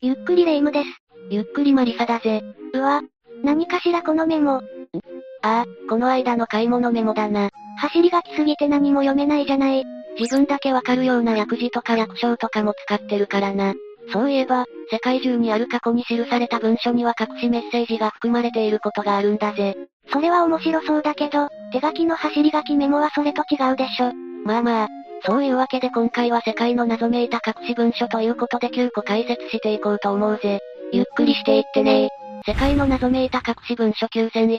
ゆっくりレ夢ムです。ゆっくりマリサだぜ。うわ。何かしらこのメモ。ああ、この間の買い物メモだな。走り書きすぎて何も読めないじゃない。自分だけわかるような薬事とか略称とかも使ってるからな。そういえば、世界中にある過去に記された文書には隠しメッセージが含まれていることがあるんだぜ。それは面白そうだけど、手書きの走り書きメモはそれと違うでしょ。まあまあ、そういうわけで今回は世界の謎めいた隠し文書ということで9個解説していこうと思うぜ。ゆっくりしていってね世界の謎めいた隠し文書9001。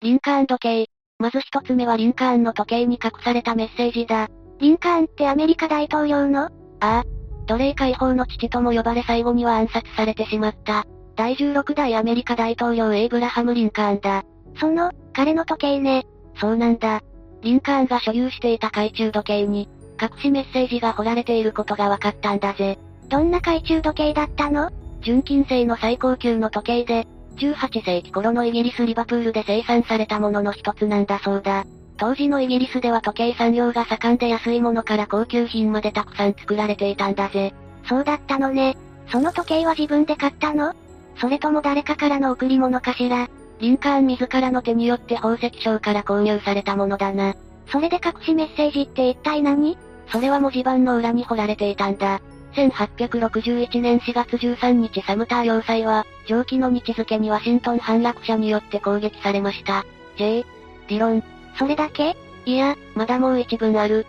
リンカーン時計。まず一つ目はリンカーンの時計に隠されたメッセージだ。リンカーンってアメリカ大統領のああ。奴隷解放の父とも呼ばれ最後には暗殺されてしまった。第16代アメリカ大統領エイブラハム・リンカーンだ。その、彼の時計ね。そうなんだ。リンカーンが所有していた懐中時計に、隠しメッセージが彫られていることが分かったんだぜ。どんな懐中時計だったの純金製の最高級の時計で、18世紀頃のイギリスリバプールで生産されたものの一つなんだそうだ。当時のイギリスでは時計産業が盛んで安いものから高級品までたくさん作られていたんだぜ。そうだったのね。その時計は自分で買ったのそれとも誰かからの贈り物かしらリンカーン自らの手によって宝石商から購入されたものだな。それで隠しメッセージって一体何それは文字盤の裏に彫られていたんだ。1861年4月13日サムター要塞は、上記の日付にワシントン反落者によって攻撃されました。J. 理論。それだけいや、まだもう一文ある。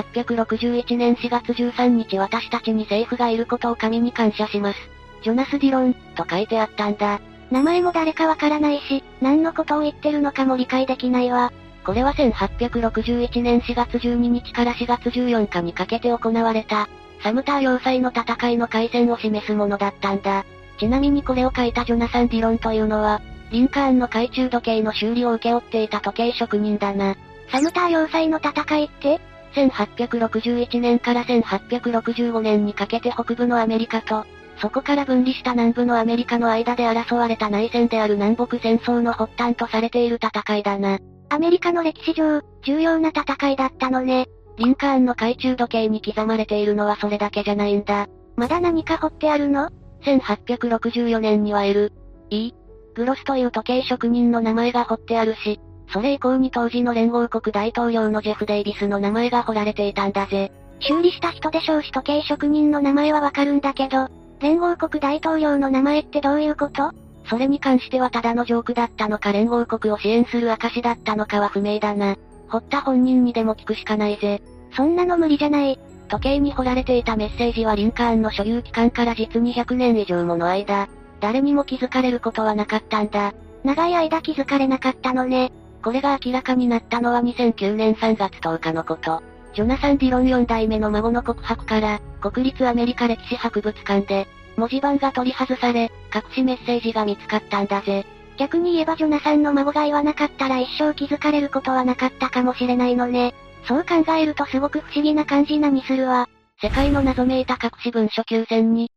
1861年4月13日私たちに政府がいることを神に感謝します。ジョナス・ディロン、と書いてあったんだ。名前も誰かわからないし、何のことを言ってるのかも理解できないわ。これは1861年4月12日から4月14日にかけて行われた、サムター要塞の戦いの開戦を示すものだったんだ。ちなみにこれを書いたジョナサン・ディロンというのは、リンカーンの懐中時計の修理を請け負っていた時計職人だな。サムター要塞の戦いって1861年から1865年にかけて北部のアメリカと、そこから分離した南部のアメリカの間で争われた内戦である南北戦争の発端とされている戦いだな。アメリカの歴史上、重要な戦いだったのね。リンカーンの懐中時計に刻まれているのはそれだけじゃないんだ。まだ何か掘ってあるの ?1864 年には L、E、グロスという時計職人の名前が彫ってあるし、それ以降に当時の連合国大統領のジェフ・デイビスの名前が彫られていたんだぜ。修理した人でしょうし時計職人の名前はわかるんだけど、連合国大統領の名前ってどういうことそれに関してはただのジョークだったのか連合国を支援する証だったのかは不明だな。掘った本人にでも聞くしかないぜ。そんなの無理じゃない。時計に彫られていたメッセージはリンカーンの所有期間から実に100年以上もの間、誰にも気づかれることはなかったんだ。長い間気づかれなかったのね。これが明らかになったのは2009年3月10日のこと。ジョナサン・ディロン4代目の孫の告白から、国立アメリカ歴史博物館で、文字盤が取り外され、隠しメッセージが見つかったんだぜ。逆に言えばジョナサンの孫が言わなかったら一生気づかれることはなかったかもしれないのね。そう考えるとすごく不思議な感じなにするわ。世界の謎めいた隠し文書9002。隠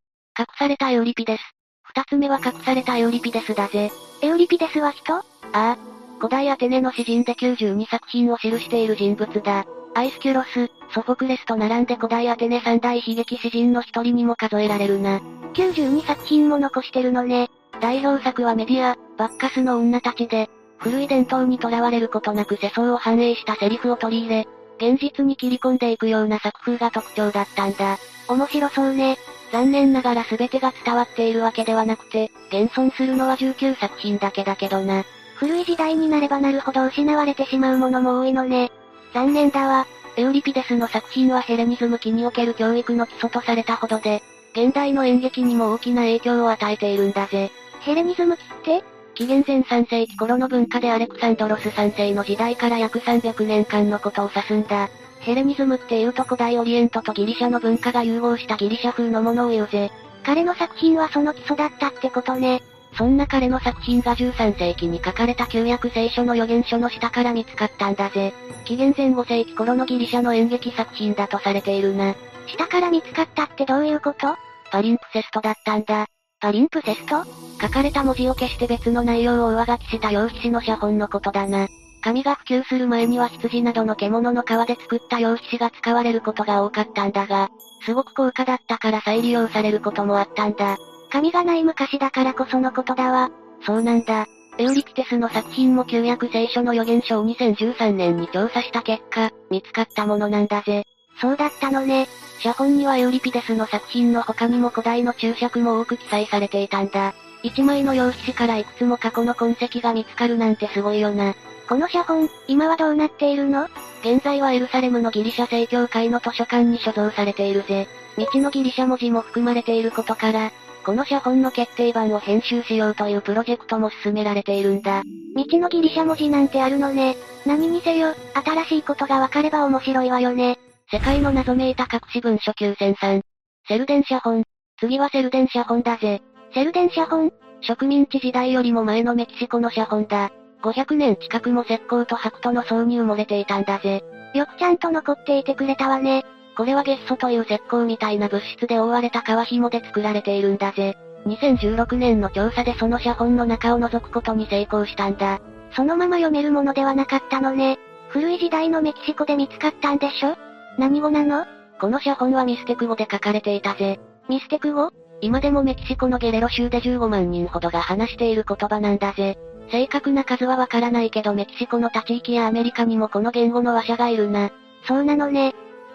されたエオリピです。二つ目は隠されたエオリピデスだぜ。エオリピデスは人ああ。古代アテネの詩人で92作品を記している人物だ。アイスキュロス、ソフォクレスと並んで古代アテネ三大悲劇詩人の一人にも数えられるな。 92作品も残してるのね。代表作はメディア、バッカスの女たちで、古い伝統にとらわれることなく世相を反映したセリフを取り入れ、現実に切り込んでいくような作風が特徴だったんだ。面白そうね。残念ながら全てが伝わっているわけではなくて、現存するのは19作品だけだけどな。古い時代になればなるほど失われてしまうものも多いのね。残念だわ。エウリピデスの作品はヘレニズム期における教育の基礎とされたほどで、現代の演劇にも大きな影響を与えているんだぜ。ヘレニズム期って紀元前3世紀頃の文化でアレクサンドロス3世の時代から約300年間のことを指すんだ。ヘレニズムっていうと古代オリエントとギリシャの文化が融合したギリシャ風のものを言うぜ。彼の作品はその基礎だったってことね。そんな彼の作品が13世紀に書かれた旧約聖書の予言書の下から見つかったんだぜ。紀元前5世紀頃のギリシャの演劇作品だとされているな。下から見つかったってどういうことパリンプセストだったんだ。パリンプセスト書かれた文字を消して別の内容を上書きした羊皮紙の写本のことだな。紙が普及する前には羊などの獣の皮で作った羊皮紙が使われることが多かったんだが、すごく高価だったから再利用されることもあったんだ。神がない昔だからこそのことだわ。そうなんだ。エウリピテスの作品も旧約聖書の予言書を2013年に調査した結果、見つかったものなんだぜ。そうだったのね。写本にはエウリピデスの作品の他にも古代の注釈も多く記載されていたんだ。一枚の用紙からいくつも過去の痕跡が見つかるなんてすごいよな。この写本、今はどうなっているの現在はエルサレムのギリシャ正教会の図書館に所蔵されているぜ。道のギリシャ文字も含まれていることから、この写本の決定版を編集しようというプロジェクトも進められているんだ。道のギリシャ文字なんてあるのね。何にせよ、新しいことがわかれば面白いわよね。世界の謎めいた隠し文書9003。セルデン写本。次はセルデン写本だぜ。セルデン写本植民地時代よりも前のメキシコの写本だ。500年近くも石膏と白土の層に埋もれていたんだぜ。よくちゃんと残っていてくれたわね。これはゲッソという石膏みたいな物質で覆われた皮紐で作られているんだぜ。2016年の調査でその写本の中を覗くことに成功したんだ。そのまま読めるものではなかったのね。古い時代のメキシコで見つかったんでしょ何語なのこの写本はミステク語で書かれていたぜ。ミステク語今でもメキシコのゲレロ州で15万人ほどが話している言葉なんだぜ。正確な数はわからないけどメキシコの他地域やアメリカにもこの言語の話者がいるな。そうなのね。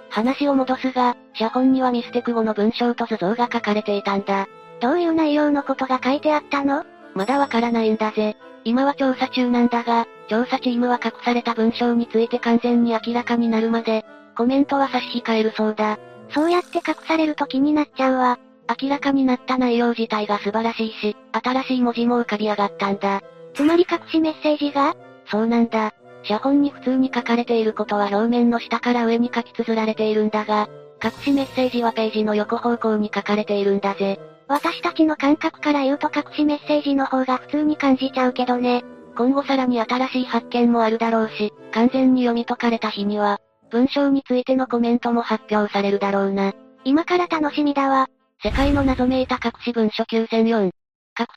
話を戻すが、写本にはミステク語の文章と図像が書かれていたんだ。どういう内容のことが書いてあったのまだわからないんだぜ。今は調査中なんだが、調査チームは隠された文章について完全に明らかになるまで、コメントは差し控えるそうだ。そうやって隠されると気になっちゃうわ。明らかになった内容自体が素晴らしいし、新しい文字も浮かび上がったんだ。つまり隠しメッセージがそうなんだ。写本に普通に書かれていることは表面の下から上に書き綴られているんだが、隠しメッセージはページの横方向に書かれているんだぜ。私たちの感覚から言うと隠しメッセージの方が普通に感じちゃうけどね。今後さらに新しい発見もあるだろうし、完全に読み解かれた日には、文章についてのコメントも発表されるだろうな。今から楽しみだわ。世界の謎めいた隠し文書9004。隠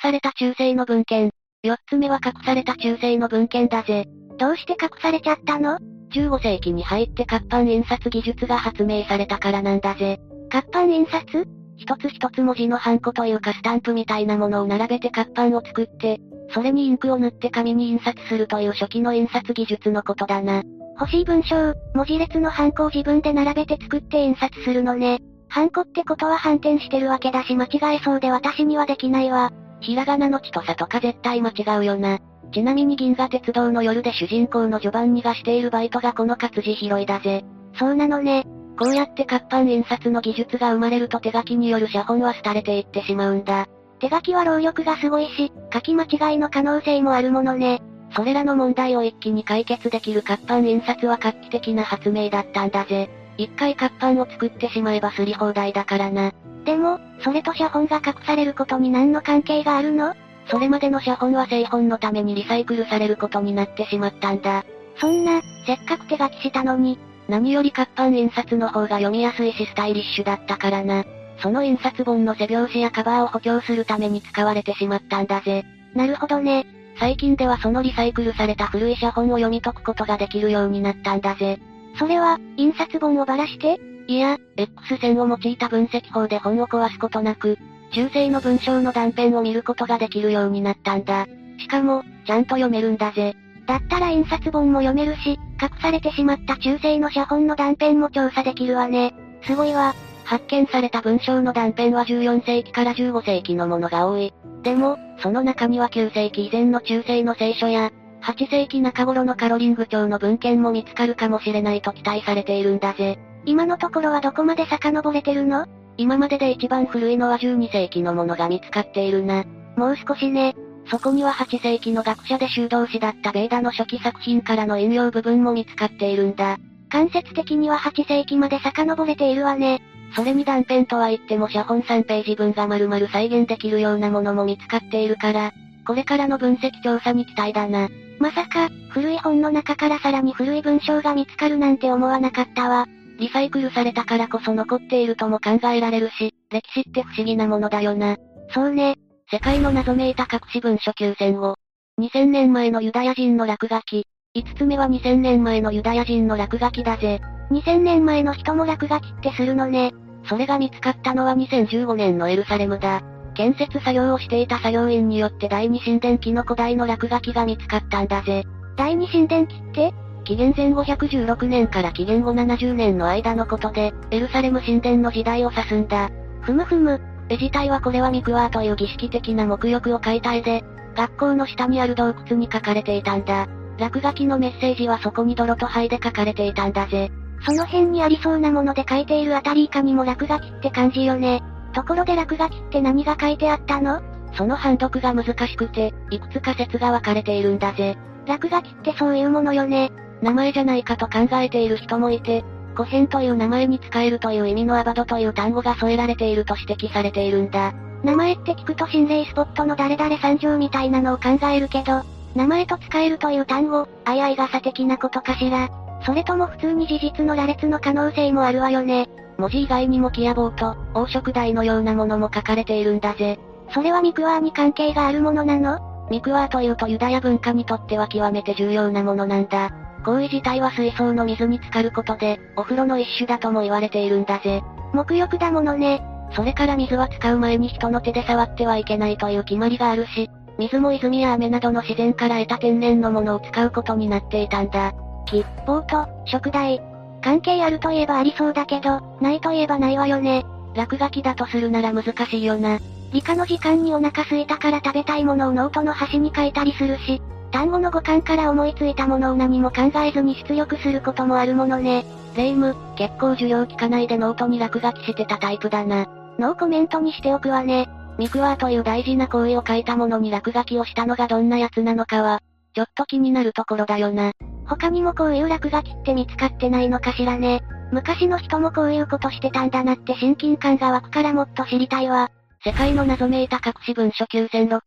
された中世の文献。四つ目は隠された中世の文献だぜ。どうして隠されちゃったの ?15 世紀に入って活版印刷技術が発明されたからなんだぜ。活版印刷一つ一つ文字のハンコというかスタンプみたいなものを並べて活版を作って、それにインクを塗って紙に印刷するという初期の印刷技術のことだな。欲しい文章、文字列のハンコを自分で並べて作って印刷するのね。ハンコってことは反転してるわけだし間違えそうで私にはできないわ。ひらがなのちとさとか絶対間違うよな。ちなみに銀河鉄道の夜で主人公の序盤にがしているバイトがこの活字拾いだぜ。そうなのね。こうやって活版印刷の技術が生まれると手書きによる写本は廃れていってしまうんだ。手書きは労力がすごいし、書き間違いの可能性もあるものね。それらの問題を一気に解決できる活版印刷は画期的な発明だったんだぜ。一回活版を作ってしまえばすり放題だからな。でも、それと写本が隠されることに何の関係があるのそれまでの写本は製本のためにリサイクルされることになってしまったんだ。そんな、せっかく手書きしたのに。何より活版印刷の方が読みやすいしスタイリッシュだったからな。その印刷本の背表紙やカバーを補強するために使われてしまったんだぜ。なるほどね。最近ではそのリサイクルされた古い写本を読み解くことができるようになったんだぜ。それは、印刷本をばらしていや、X 線を用いた分析法で本を壊すことなく、中世の文章の断片を見ることができるようになったんだ。しかも、ちゃんと読めるんだぜ。だったら印刷本も読めるし、隠されてしまった中世の写本の断片も調査できるわね。すごいわ。発見された文章の断片は14世紀から15世紀のものが多い。でも、その中には9世紀以前の中世の聖書や、8世紀中頃のカロリング朝の文献も見つかるかもしれないと期待されているんだぜ。今のところはどこまで遡れてるの今までで一番古いのは12世紀のものが見つかっているな。もう少しね。そこには8世紀の学者で修道士だったベーダの初期作品からの引用部分も見つかっているんだ。間接的には8世紀まで遡れているわね。それに断片とは言っても写本3ページ分が丸々再現できるようなものも見つかっているから、これからの分析調査に期待だな。まさか、古い本の中からさらに古い文章が見つかるなんて思わなかったわ。リサイクルされたからこそ残っているとも考えられるし、歴史って不思議なものだよな。そうね。世界の謎めいた隠し文書9000を。2000年前のユダヤ人の落書き。5つ目は2000年前のユダヤ人の落書きだぜ。 2000年前の人も落書きってするのね。それが見つかったのは2015年のエルサレムだ。建設作業をしていた作業員によって第二神殿期の古代の落書きが見つかったんだぜ。第二神殿期って紀元前516年から紀元後70年の間のことで、エルサレム神殿の時代を指すんだ。ふむふむ。絵自体はこれはミクワーという儀式的な沐浴を描いた絵で、学校の下にある洞窟に書かれていたんだ。落書きのメッセージはそこに泥と灰で書かれていたんだぜ。その辺にありそうなもので書いているあたり以下にも落書きって感じよね。ところで落書きって何が書いてあったのその判読が難しくて、いくつか説が分かれているんだぜ。落書きってそういうものよね。名前じゃないかと考えている人もいて、古変という名前に使えるという意味のアバドという単語が添えられていると指摘されているんだ。名前って聞くと心霊スポットの誰々参上みたいなのを考えるけど、名前と使えるという単語、あいあい傘的なことかしら。それとも普通に事実の羅列の可能性もあるわよね。文字以外にも木や棒と、黄色台のようなものも書かれているんだぜ。それはミクワーに関係があるものなのミクワーというとユダヤ文化にとっては極めて重要なものなんだ。行為自体は水槽の水に浸かることで、お風呂の一種だとも言われているんだぜ。沐浴だものね。それから水は使う前に人の手で触ってはいけないという決まりがあるし、水も泉や雨などの自然から得た天然のものを使うことになっていたんだ。木、棒と、食材。関係あるといえばありそうだけど、ないといえばないわよね。落書きだとするなら難しいよな。理科の時間にお腹空いたから食べたいものをノートの端に書いたりするし、単語の語感から思いついたものを何も考えずに出力することもあるものね。レイム、結構授業聞かないでノートに落書きしてたタイプだな。ノーコメントにしておくわね。ミクワーという大事な行為を書いたものに落書きをしたのがどんな奴なのかは、ちょっと気になるところだよな。他にもこういう落書きって見つかってないのかしらね。昔の人もこういうことしてたんだなって親近感が湧くからもっと知りたいわ。世界の謎めいた隠し文書9006。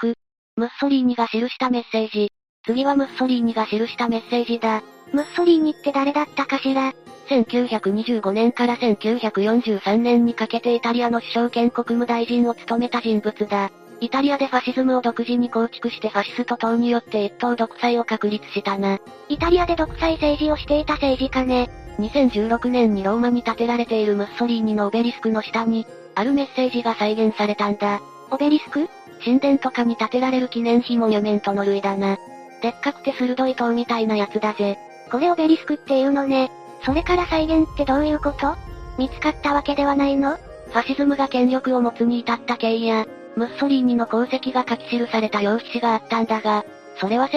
ムッソリーニが記したメッセージ。次はムッソリーニが記したメッセージだ。ムッソリーニって誰だったかしら1925年から1943年にかけてイタリアの首相兼国務大臣を務めた人物だ。イタリアでファシズムを独自に構築してファシスト党によって一党独裁を確立したな。イタリアで独裁政治をしていた政治家ね。 2016年にローマに建てられているムッソリーニのオベリスクの下に、あるメッセージが再現されたんだ。オベリスク神殿とかに建てられる記念碑モニュメントの類だな。でっかくて鋭い塔みたいなやつだぜ。これオベリスクっていうのね。それから再現ってどういうこと見つかったわけではないのファシズムが権力を持つに至った経緯や、ムッソリーニの功績が書き記された用紙があったんだが、それは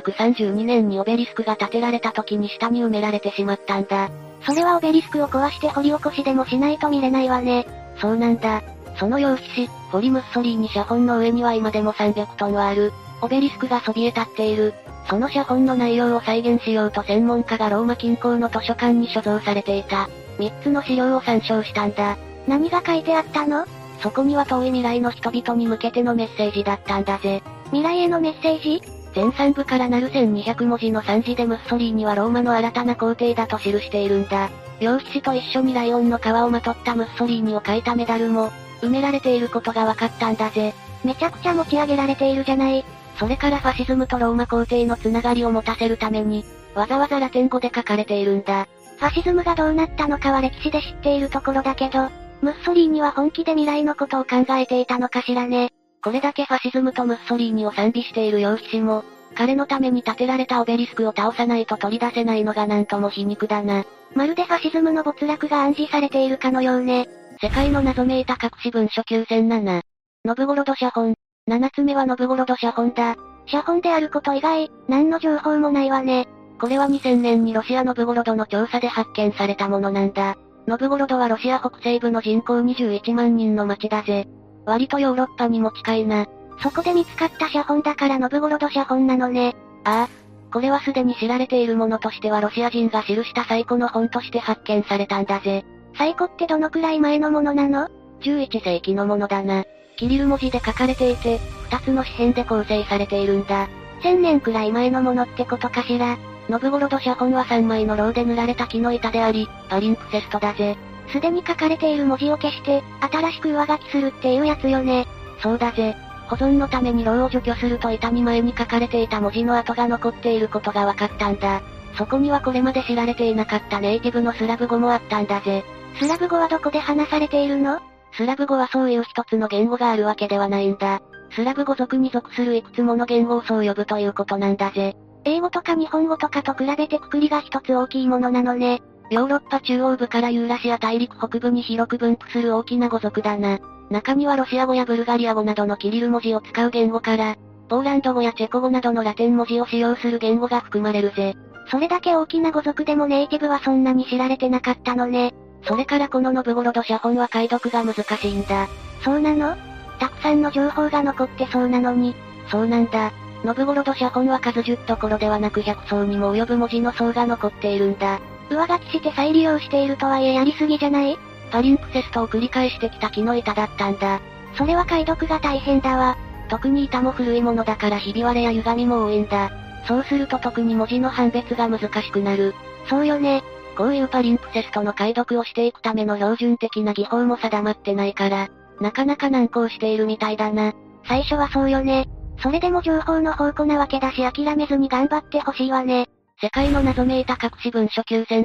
1932年にオベリスクが建てられた時に下に埋められてしまったんだ。それはオベリスクを壊して掘り起こしでもしないと見れないわね。そうなんだ。その用紙紙、ホリムッソリーニ写本の上には今でも300トンはある、オベリスクがそびえ立っている。その写本の内容を再現しようと専門家がローマ近郊の図書館に所蔵されていた、3つの資料を参照したんだ。何が書いてあったのそこには遠い未来の人々に向けてのメッセージだったんだぜ。未来へのメッセージ全3部からなる1200文字の3字でムッソリーニはローマの新たな皇帝だと記しているんだ。両騎士と一緒にライオンの皮をまとったムッソリーニを描いたメダルも、埋められていることが分かったんだぜ。めちゃくちゃ持ち上げられているじゃない。それからファシズムとローマ皇帝のつながりを持たせるために、わざわざラテン語で書かれているんだ。ファシズムがどうなったのかは歴史で知っているところだけど、ムッソリーニは本気で未来のことを考えていたのかしらね。これだけファシズムとムッソリーニを賛美している楊氏も、彼のために建てられたオベリスクを倒さないと取り出せないのがなんとも皮肉だな。まるでファシズムの没落が暗示されているかのようね。世界の謎めいた隠し文書9007。ノブゴロド写本。7つ目はノブゴロド写本だ。写本であること以外、何の情報もないわね。これは2000年にロシアノブゴロドの調査で発見されたものなんだ。ノブゴロドはロシア北西部の人口21万人の町だぜ。割とヨーロッパにも近いな。そこで見つかった写本だからノブゴロド写本なのね。ああ。これはすでに知られているものとしてはロシア人が記した最古の本として発見されたんだぜ。最古ってどのくらい前のものなの ?11 世紀のものだな。キリル文字で書かれていて、2つの紙片で構成されているんだ。 1000年くらい前のものってことかしら。ノブゴロド写本は3枚のローで塗られた木の板であり、パリンクセストだぜ。すでに書かれている文字を消して、新しく上書きするっていうやつよね。そうだぜ。保存のためにローを除去すると板に前に書かれていた文字の跡が残っていることが分かったんだ。そこにはこれまで知られていなかったネイティブのスラブ語もあったんだぜ。スラブ語はどこで話されているのスラブ語はそういう一つの言語があるわけではないんだ。スラブ語族に属するいくつもの言語をそう呼ぶということなんだぜ。英語とか日本語とかと比べてくくりが一つ大きいものなのね。ヨーロッパ中央部からユーラシア大陸北部に広く分布する大きな語族だな。中にはロシア語やブルガリア語などのキリル文字を使う言語から、ポーランド語やチェコ語などのラテン文字を使用する言語が含まれるぜ。それだけ大きな語族でもネイティブはそんなに知られてなかったのね。それからこのノブゴロド写本は解読が難しいんだ。そうなのたくさんの情報が残ってそうなのに。そうなんだ。ノブゴロド写本は数10ところではなく100層にも及ぶ文字の層が残っているんだ。上書きして再利用しているとはいえやりすぎじゃないパリンクセストを繰り返してきた木の板だったんだ。それは解読が大変だわ。特に板も古いものだからひび割れや歪みも多いんだ。そうすると特に文字の判別が難しくなる。そうよね。こういうパリンプセストの解読をしていくための標準的な技法も定まってないから、なかなか難航しているみたいだな。最初はそうよね。それでも情報の宝庫なわけだし諦めずに頑張ってほしいわね。世界の謎めいた隠し文書9008。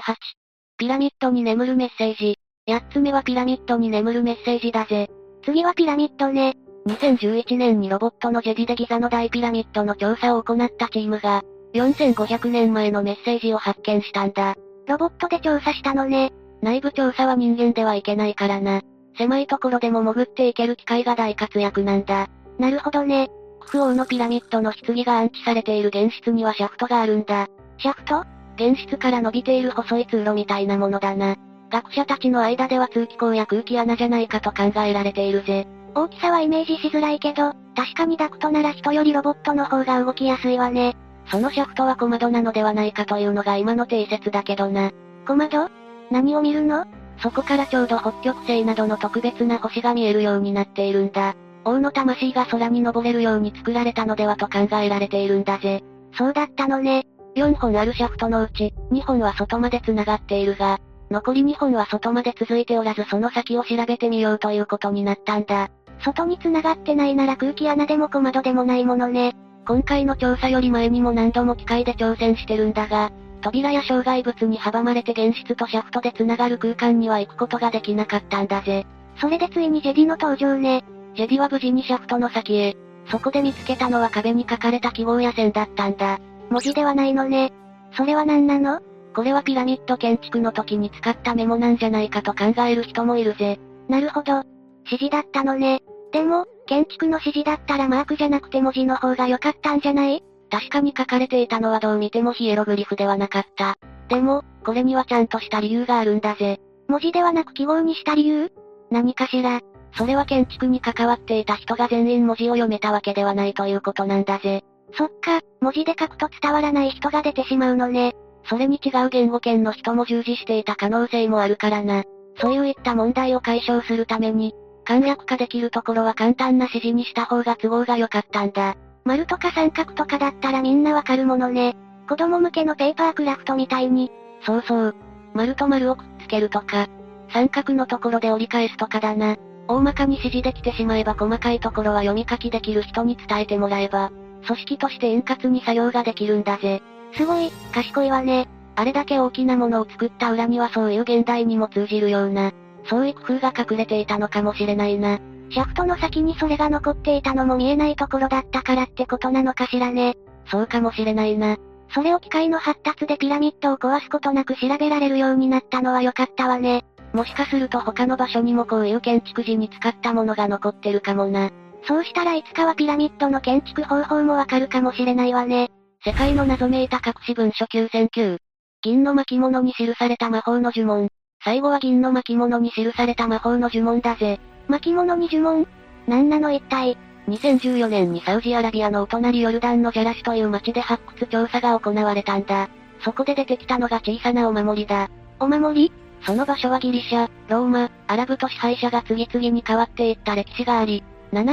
ピラミッドに眠るメッセージ。八つ目はピラミッドに眠るメッセージだぜ。次はピラミッドね。 2011年にロボットのジェディでギザの大ピラミッドの調査を行ったチームが、4500年前のメッセージを発見したんだ。ロボットで調査したのね。内部調査は人間ではいけないからな。狭いところでも潜っていける機械が大活躍なんだ。なるほどね。クフ王のピラミッドの棺が安置されている原室にはシャフトがあるんだ。シャフト原室から伸びている細い通路みたいなものだな。学者たちの間では通気口や空気穴じゃないかと考えられているぜ。大きさはイメージしづらいけど、確かにダクトなら人よりロボットの方が動きやすいわね。そのシャフトは小窓なのではないかというのが今の定説だけどな。小窓何を見るのそこからちょうど北極星などの特別な星が見えるようになっているんだ。王の魂が空に登れるように作られたのではと考えられているんだぜ。そうだったのね。 4本あるシャフトのうち、2本は外まで繋がっているが、残り2本は外まで続いておらずその先を調べてみようということになったんだ。外に繋がってないなら空気穴でも小窓でもないものね。今回の調査より前にも何度も機械で挑戦してるんだが、扉や障害物に阻まれて原室とシャフトで繋がる空間には行くことができなかったんだぜ。それでついにジェディの登場ね。ジェディは無事にシャフトの先へ。そこで見つけたのは壁に書かれた記号や線だったんだ。文字ではないのね。それは何なのこれはピラミッド建築の時に使ったメモなんじゃないかと考える人もいるぜ。なるほど。指示だったのね。でも、建築の指示だったらマークじゃなくて文字の方が良かったんじゃない確かに書かれていたのはどう見てもヒエログリフではなかった。でも、これにはちゃんとした理由があるんだぜ。文字ではなく記号にした理由何かしら。それは建築に関わっていた人が全員文字を読めたわけではないということなんだぜ。そっか、文字で書くと伝わらない人が出てしまうのね。それに違う言語圏の人も従事していた可能性もあるからな。そういった問題を解消するために、簡略化できるところは簡単な指示にした方が都合が良かったんだ。丸とか三角とかだったらみんなわかるものね。子供向けのペーパークラフトみたいに。そうそう。丸と丸をくっつけるとか、三角のところで折り返すとかだな。大まかに指示できてしまえば細かいところは読み書きできる人に伝えてもらえば、組織として円滑に作業ができるんだぜ。すごい、賢いわね。あれだけ大きなものを作った裏にはそういう現代にも通じるような、そういう工夫が隠れていたのかもしれないな。シャフトの先にそれが残っていたのも見えないところだったからってことなのかしらね。そうかもしれないな。それを機械の発達でピラミッドを壊すことなく調べられるようになったのは良かったわね。もしかすると他の場所にもこういう建築時に使ったものが残ってるかもな。そうしたらいつかはピラミッドの建築方法もわかるかもしれないわね。世界の謎めいた隠し文書9009。銀の巻物に記された魔法の呪文。最後は銀の巻物に記された魔法の呪文だぜ。巻物に呪文なんなの一体。 2014年にサウジアラビアのお隣ヨルダンのジャラシュという町で発掘調査が行われたんだ。そこで出てきたのが小さなお守りだ。お守りその場所はギリシャ、ローマ、アラブと支配者が次々に変わっていった歴史があり、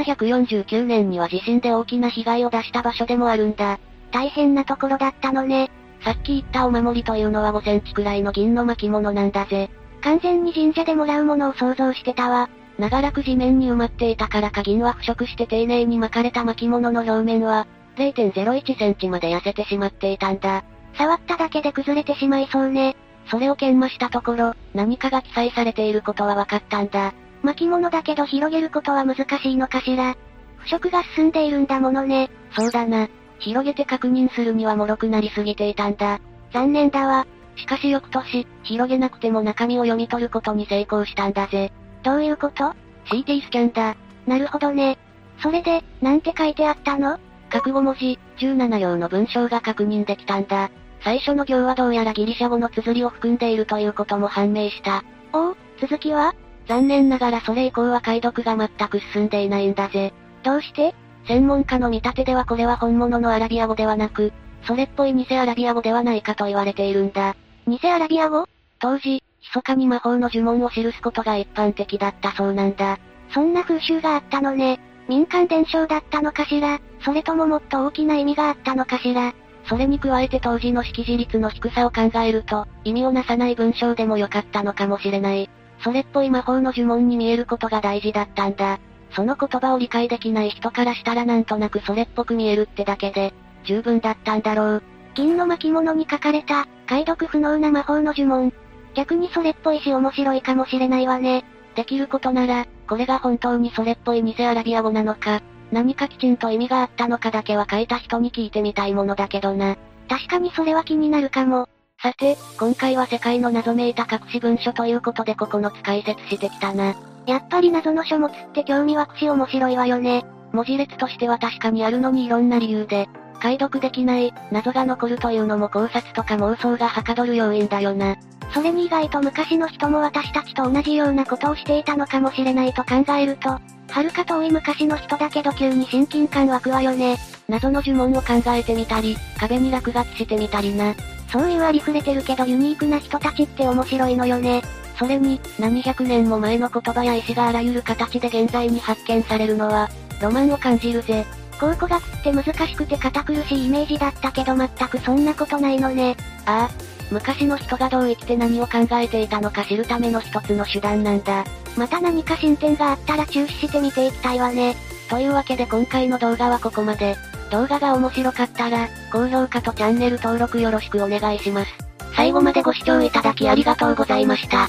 749年には地震で大きな被害を出した場所でもあるんだ。大変なところだったのね。さっき言ったお守りというのは5センチくらいの銀の巻物なんだぜ。完全に神社でもらうものを想像してたわ。長らく地面に埋まっていたからか銀は腐食して丁寧に巻かれた巻物の表面は、0.01センチまで痩せてしまっていたんだ。触っただけで崩れてしまいそうね。それを研磨したところ、何かが記載されていることは分かったんだ。巻物だけど広げることは難しいのかしら。腐食が進んでいるんだものね。そうだな。広げて確認するには脆くなりすぎていたんだ。残念だわ。しかし翌年、広げなくても中身を読み取ることに成功したんだぜ。どういうこと CT スキャンだ。なるほどね。それで、なんて書いてあったの各5文字、17行の文章が確認できたんだ。最初の行はどうやらギリシャ語の綴りを含んでいるということも判明した。おお、続きは残念ながらそれ以降は解読が全く進んでいないんだぜ。どうして専門家の見立てではこれは本物のアラビア語ではなく、それっぽい偽アラビア語ではないかと言われているんだ。偽アラビア語当時、密かに魔法の呪文を記すことが一般的だったそうなんだ。そんな風習があったのね。民間伝承だったのかしら、それとももっと大きな意味があったのかしら。それに加えて当時の識字率の低さを考えると、意味をなさない文章でも良かったのかもしれない。それっぽい魔法の呪文に見えることが大事だったんだ。その言葉を理解できない人からしたらなんとなくそれっぽく見えるってだけで、十分だったんだろう。銀の巻物に書かれた、解読不能な魔法の呪文。逆にそれっぽいし面白いかもしれないわね。できることなら、これが本当にそれっぽい偽アラビア語なのか、何かきちんと意味があったのかだけは書いた人に聞いてみたいものだけどな。確かにそれは気になるかも。さて、今回は世界の謎めいた隠し文書ということでここの解説してきたな。やっぱり謎の書物って興味湧くし面白いわよね。文字列としては確かにあるのにいろんな理由で、解読できない、謎が残るというのも考察とか妄想がはかどる要因だよな。それに意外と昔の人も私たちと同じようなことをしていたのかもしれないと考えると、はるか遠い昔の人だけど急に親近感湧くわよね。謎の呪文を考えてみたり、壁に落書きしてみたりな。そういうありふれてるけどユニークな人たちって面白いのよね。それに、何百年も前の言葉や石があらゆる形で現在に発見されるのは、ロマンを感じるぜ。考古学って難しくて堅苦しいイメージだったけど全くそんなことないのね。ああ、昔の人がどう生きて何を考えていたのか知るための一つの手段なんだ。また何か進展があったら注視してみていきたいわね。というわけで今回の動画はここまで。動画が面白かったら、高評価とチャンネル登録よろしくお願いします。最後までご視聴いただきありがとうございました。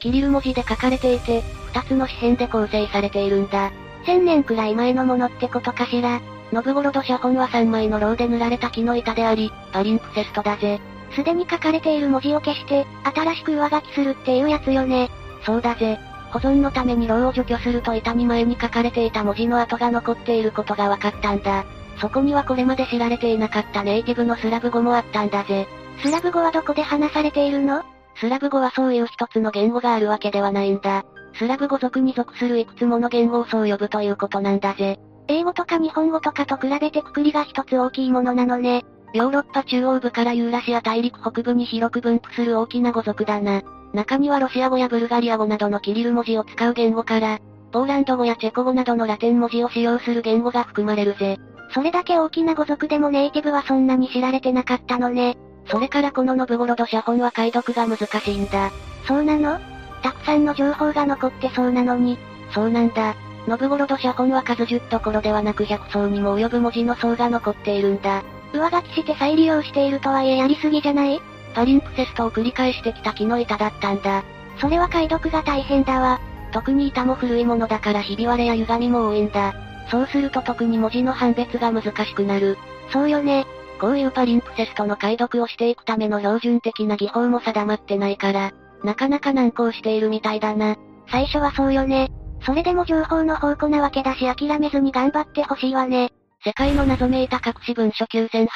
キリル文字で書かれていて、二つの紙片で構成されているんだ。千年くらい前のものってことかしら。ノブゴロド写本は3枚のローで塗られた木の板であり、アリンクセストだぜ。すでに書かれている文字を消して、新しく上書きするっていうやつよね。そうだぜ。保存のためにローを除去すると板に前に書かれていた文字の跡が残っていることが分かったんだ。そこにはこれまで知られていなかったネイティブのスラブ語もあったんだぜ。スラブ語はどこで話されているのスラブ語はそういう一つの言語があるわけではないんだ。スラブ語族に属するいくつもの言語をそう呼ぶということなんだぜ。英語とか日本語とかと比べてくくりが一つ大きいものなのね。ヨーロッパ中央部からユーラシア大陸北部に広く分布する大きな語族だな。中にはロシア語やブルガリア語などのキリル文字を使う言語から、ポーランド語やチェコ語などのラテン文字を使用する言語が含まれるぜ。それだけ大きな語族でもネイティブはそんなに知られてなかったのね。それからこのノブゴロド写本は解読が難しいんだ。そうなのたくさんの情報が残ってそうなのに。そうなんだ。ノブゴロド写本は数10ところではなく100層にも及ぶ文字の層が残っているんだ。上書きして再利用しているとはいえやりすぎじゃないパリンプセストを繰り返してきた木の板だったんだ。それは解読が大変だわ。特に板も古いものだからひび割れや歪みも多いんだ。そうすると特に文字の判別が難しくなる。そうよね。こういうパリンプセストの解読をしていくための標準的な技法も定まってないから、なかなか難航しているみたいだな。最初はそうよね。それでも情報の宝庫なわけだし諦めずに頑張ってほしいわね。世界の謎めいた隠し文書9008。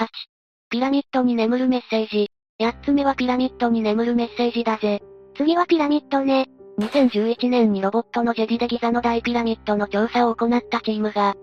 ピラミッドに眠るメッセージ。八つ目はピラミッドに眠るメッセージだぜ。次はピラミッドね。 2011年にロボットのジェディでギザの大ピラミッドの調査を行ったチームが、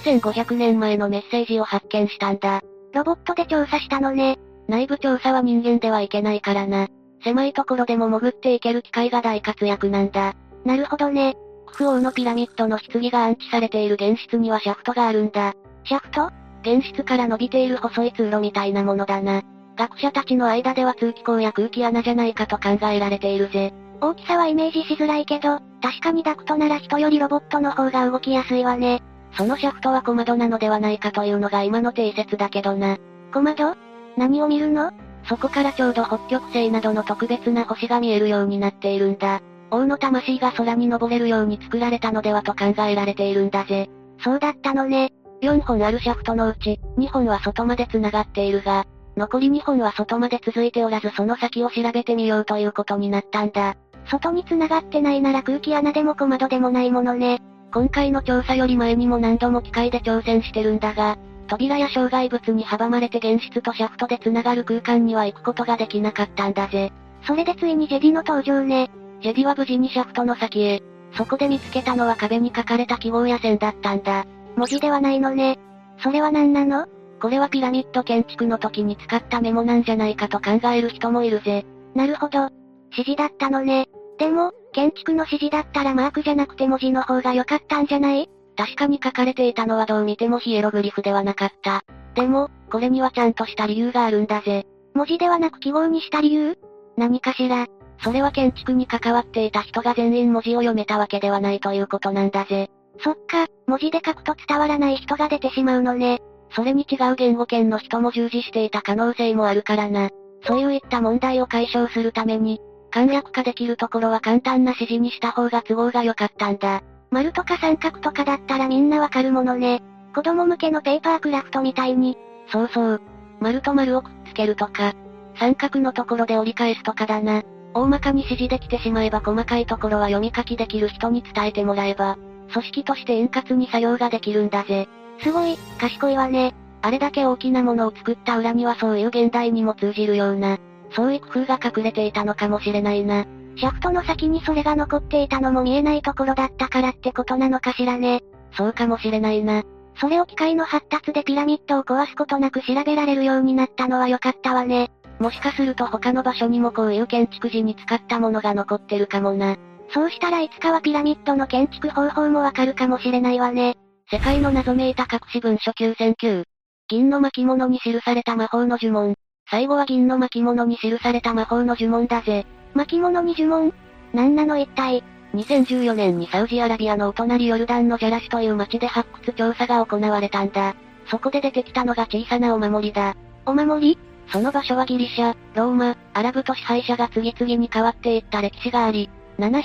4500年前のメッセージを発見したんだ。ロボットで調査したのね。内部調査は人間ではいけないからな。狭いところでも潜っていける機会が大活躍なんだ。なるほどね。クフ王のピラミッドの棺が安置されている原室にはシャフトがあるんだ。シャフト原室から伸びている細い通路みたいなものだな。学者たちの間では通気口や空気穴じゃないかと考えられているぜ。大きさはイメージしづらいけど、確かにダクトなら人よりロボットの方が動きやすいわね。そのシャフトは小窓なのではないかというのが今の定説だけどな。小窓何を見るのそこからちょうど北極星などの特別な星が見えるようになっているんだ。王の魂が空に登れるように作られたのではと考えられているんだぜ。そうだったのね。 4本あるシャフトのうち、2本は外まで繋がっているが、残り2本は外まで続いておらずその先を調べてみようということになったんだ。外に繋がってないなら空気穴でも小窓でもないものね。今回の調査より前にも何度も機械で挑戦してるんだが、扉や障害物に阻まれて原室とシャフトで繋がる空間には行くことができなかったんだぜ。それでついにジェディの登場ね。ジェディは無事にシャフトの先へ。そこで見つけたのは壁に書かれた記号や線だったんだ。文字ではないのね。それは何なのこれはピラミッド建築の時に使ったメモなんじゃないかと考える人もいるぜ。なるほど。指示だったのね。でも、建築の指示だったらマークじゃなくて文字の方が良かったんじゃない確かに書かれていたのはどう見てもヒエログリフではなかった。でも、これにはちゃんとした理由があるんだぜ。文字ではなく記号にした理由何かしら。それは建築に関わっていた人が全員文字を読めたわけではないということなんだぜ。そっか、文字で書くと伝わらない人が出てしまうのね。それに違う言語圏の人も従事していた可能性もあるからな。そういった問題を解消するために、簡略化できるところは簡単な指示にした方が都合が良かったんだ。丸とか三角とかだったらみんなわかるものね。子供向けのペーパークラフトみたいに。そうそう。丸と丸をくっつけるとか、三角のところで折り返すとかだな。大まかに指示できてしまえば細かいところは読み書きできる人に伝えてもらえば、組織として円滑に作業ができるんだぜ。すごい、賢いわね。あれだけ大きなものを作った裏にはそういう現代にも通じるような、そういう工夫が隠れていたのかもしれないな。シャフトの先にそれが残っていたのも見えないところだったからってことなのかしらね。そうかもしれないな。それを機械の発達でピラミッドを壊すことなく調べられるようになったのは良かったわね。もしかすると他の場所にもこういう建築時に使ったものが残ってるかもな。そうしたらいつかはピラミッドの建築方法もわかるかもしれないわね。世界の謎めいた隠し文書9009。銀の巻物に記された魔法の呪文。最後は銀の巻物に記された魔法の呪文だぜ。巻物に呪文なんなの一体2014年にサウジアラビアのお隣ヨルダンのジャラシュという町で発掘調査が行われたんだ。そこで出てきたのが小さなお守りだ。お守りその場所はギリシャ、ローマ、アラブと支配者が次々に変わっていった歴史があり、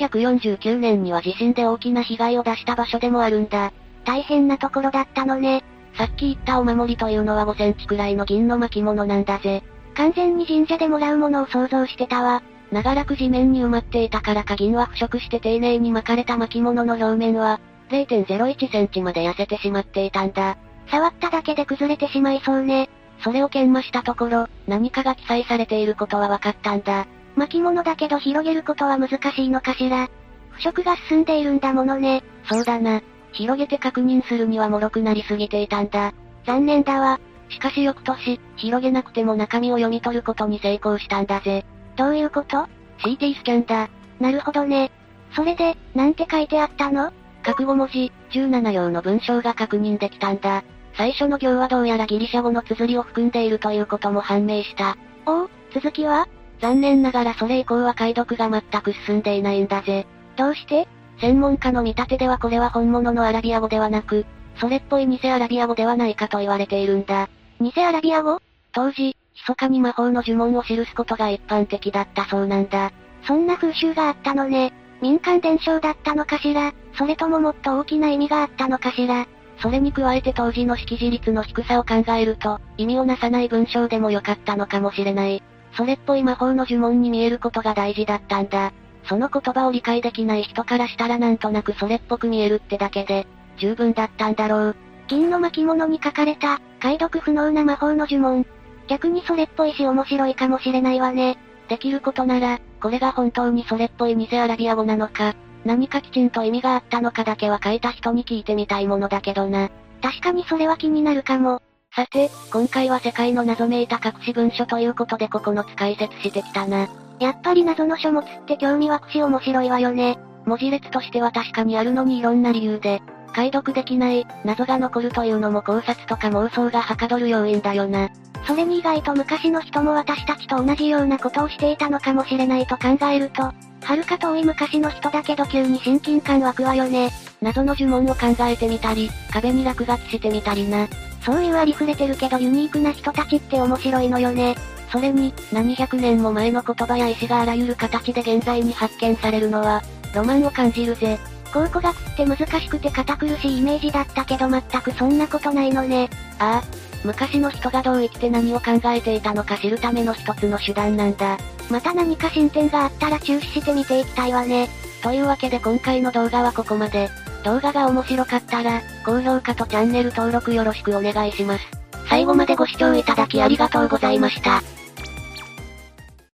749年には地震で大きな被害を出した場所でもあるんだ。大変なところだったのね。さっき言ったお守りというのは5センチくらいの銀の巻物なんだぜ。完全に神社でもらうものを想像してたわ。長らく地面に埋まっていたからか銀は腐食して丁寧に巻かれた巻物の表面は、0.01センチまで痩せてしまっていたんだ。触っただけで崩れてしまいそうね。それを研磨したところ、何かが記載されていることは分かったんだ。巻物だけど広げることは難しいのかしら。腐食が進んでいるんだものね。そうだな。広げて確認するには脆くなりすぎていたんだ。残念だわ。しかし翌年、広げなくても中身を読み取ることに成功したんだぜ。どういうこと ?CT スキャンだ。なるほどね。それで、なんて書いてあったの各5文字、17行の文章が確認できたんだ。最初の行はどうやらギリシャ語の綴りを含んでいるということも判明した。おお、続きは残念ながらそれ以降は解読が全く進んでいないんだぜ。どうして専門家の見立てではこれは本物のアラビア語ではなく、それっぽい偽アラビア語ではないかと言われているんだ。偽アラビア語当時、密かに魔法の呪文を記すことが一般的だったそうなんだ。そんな風習があったのね。民間伝承だったのかしら、それとももっと大きな意味があったのかしら。それに加えて当時の識字率の低さを考えると、意味をなさない文章でも良かったのかもしれない。それっぽい魔法の呪文に見えることが大事だったんだ。その言葉を理解できない人からしたらなんとなくそれっぽく見えるってだけで、十分だったんだろう。銀の巻物に書かれた、解読不能な魔法の呪文。逆にそれっぽいし面白いかもしれないわね。できることなら、これが本当にそれっぽい偽アラビア語なのか、何かきちんと意味があったのかだけは書いた人に聞いてみたいものだけどな。確かにそれは気になるかも。さて、今回は世界の謎めいた隠し文書ということで9つ解説してきたな。やっぱり謎の書物って興味湧くし面白いわよね。文字列としては確かにあるのにいろんな理由で、解読できない、謎が残るというのも考察とか妄想がはかどる要因だよな。それに意外と昔の人も私たちと同じようなことをしていたのかもしれないと考えると、遥か遠い昔の人だけど急に親近感湧くわよね。謎の呪文を考えてみたり、壁に落書きしてみたりな。そういうありふれてるけどユニークな人たちって面白いのよね。それに、何百年も前の言葉や石があらゆる形で現在に発見されるのは、ロマンを感じるぜ。考古学って難しくて堅苦しいイメージだったけど全くそんなことないのね。ああ、昔の人がどう生きて何を考えていたのか知るための一つの手段なんだ。また何か進展があったら注視して見ていきたいわね。というわけで今回の動画はここまで。動画が面白かったら、高評価とチャンネル登録よろしくお願いします。最後までご視聴いただきありがとうございました。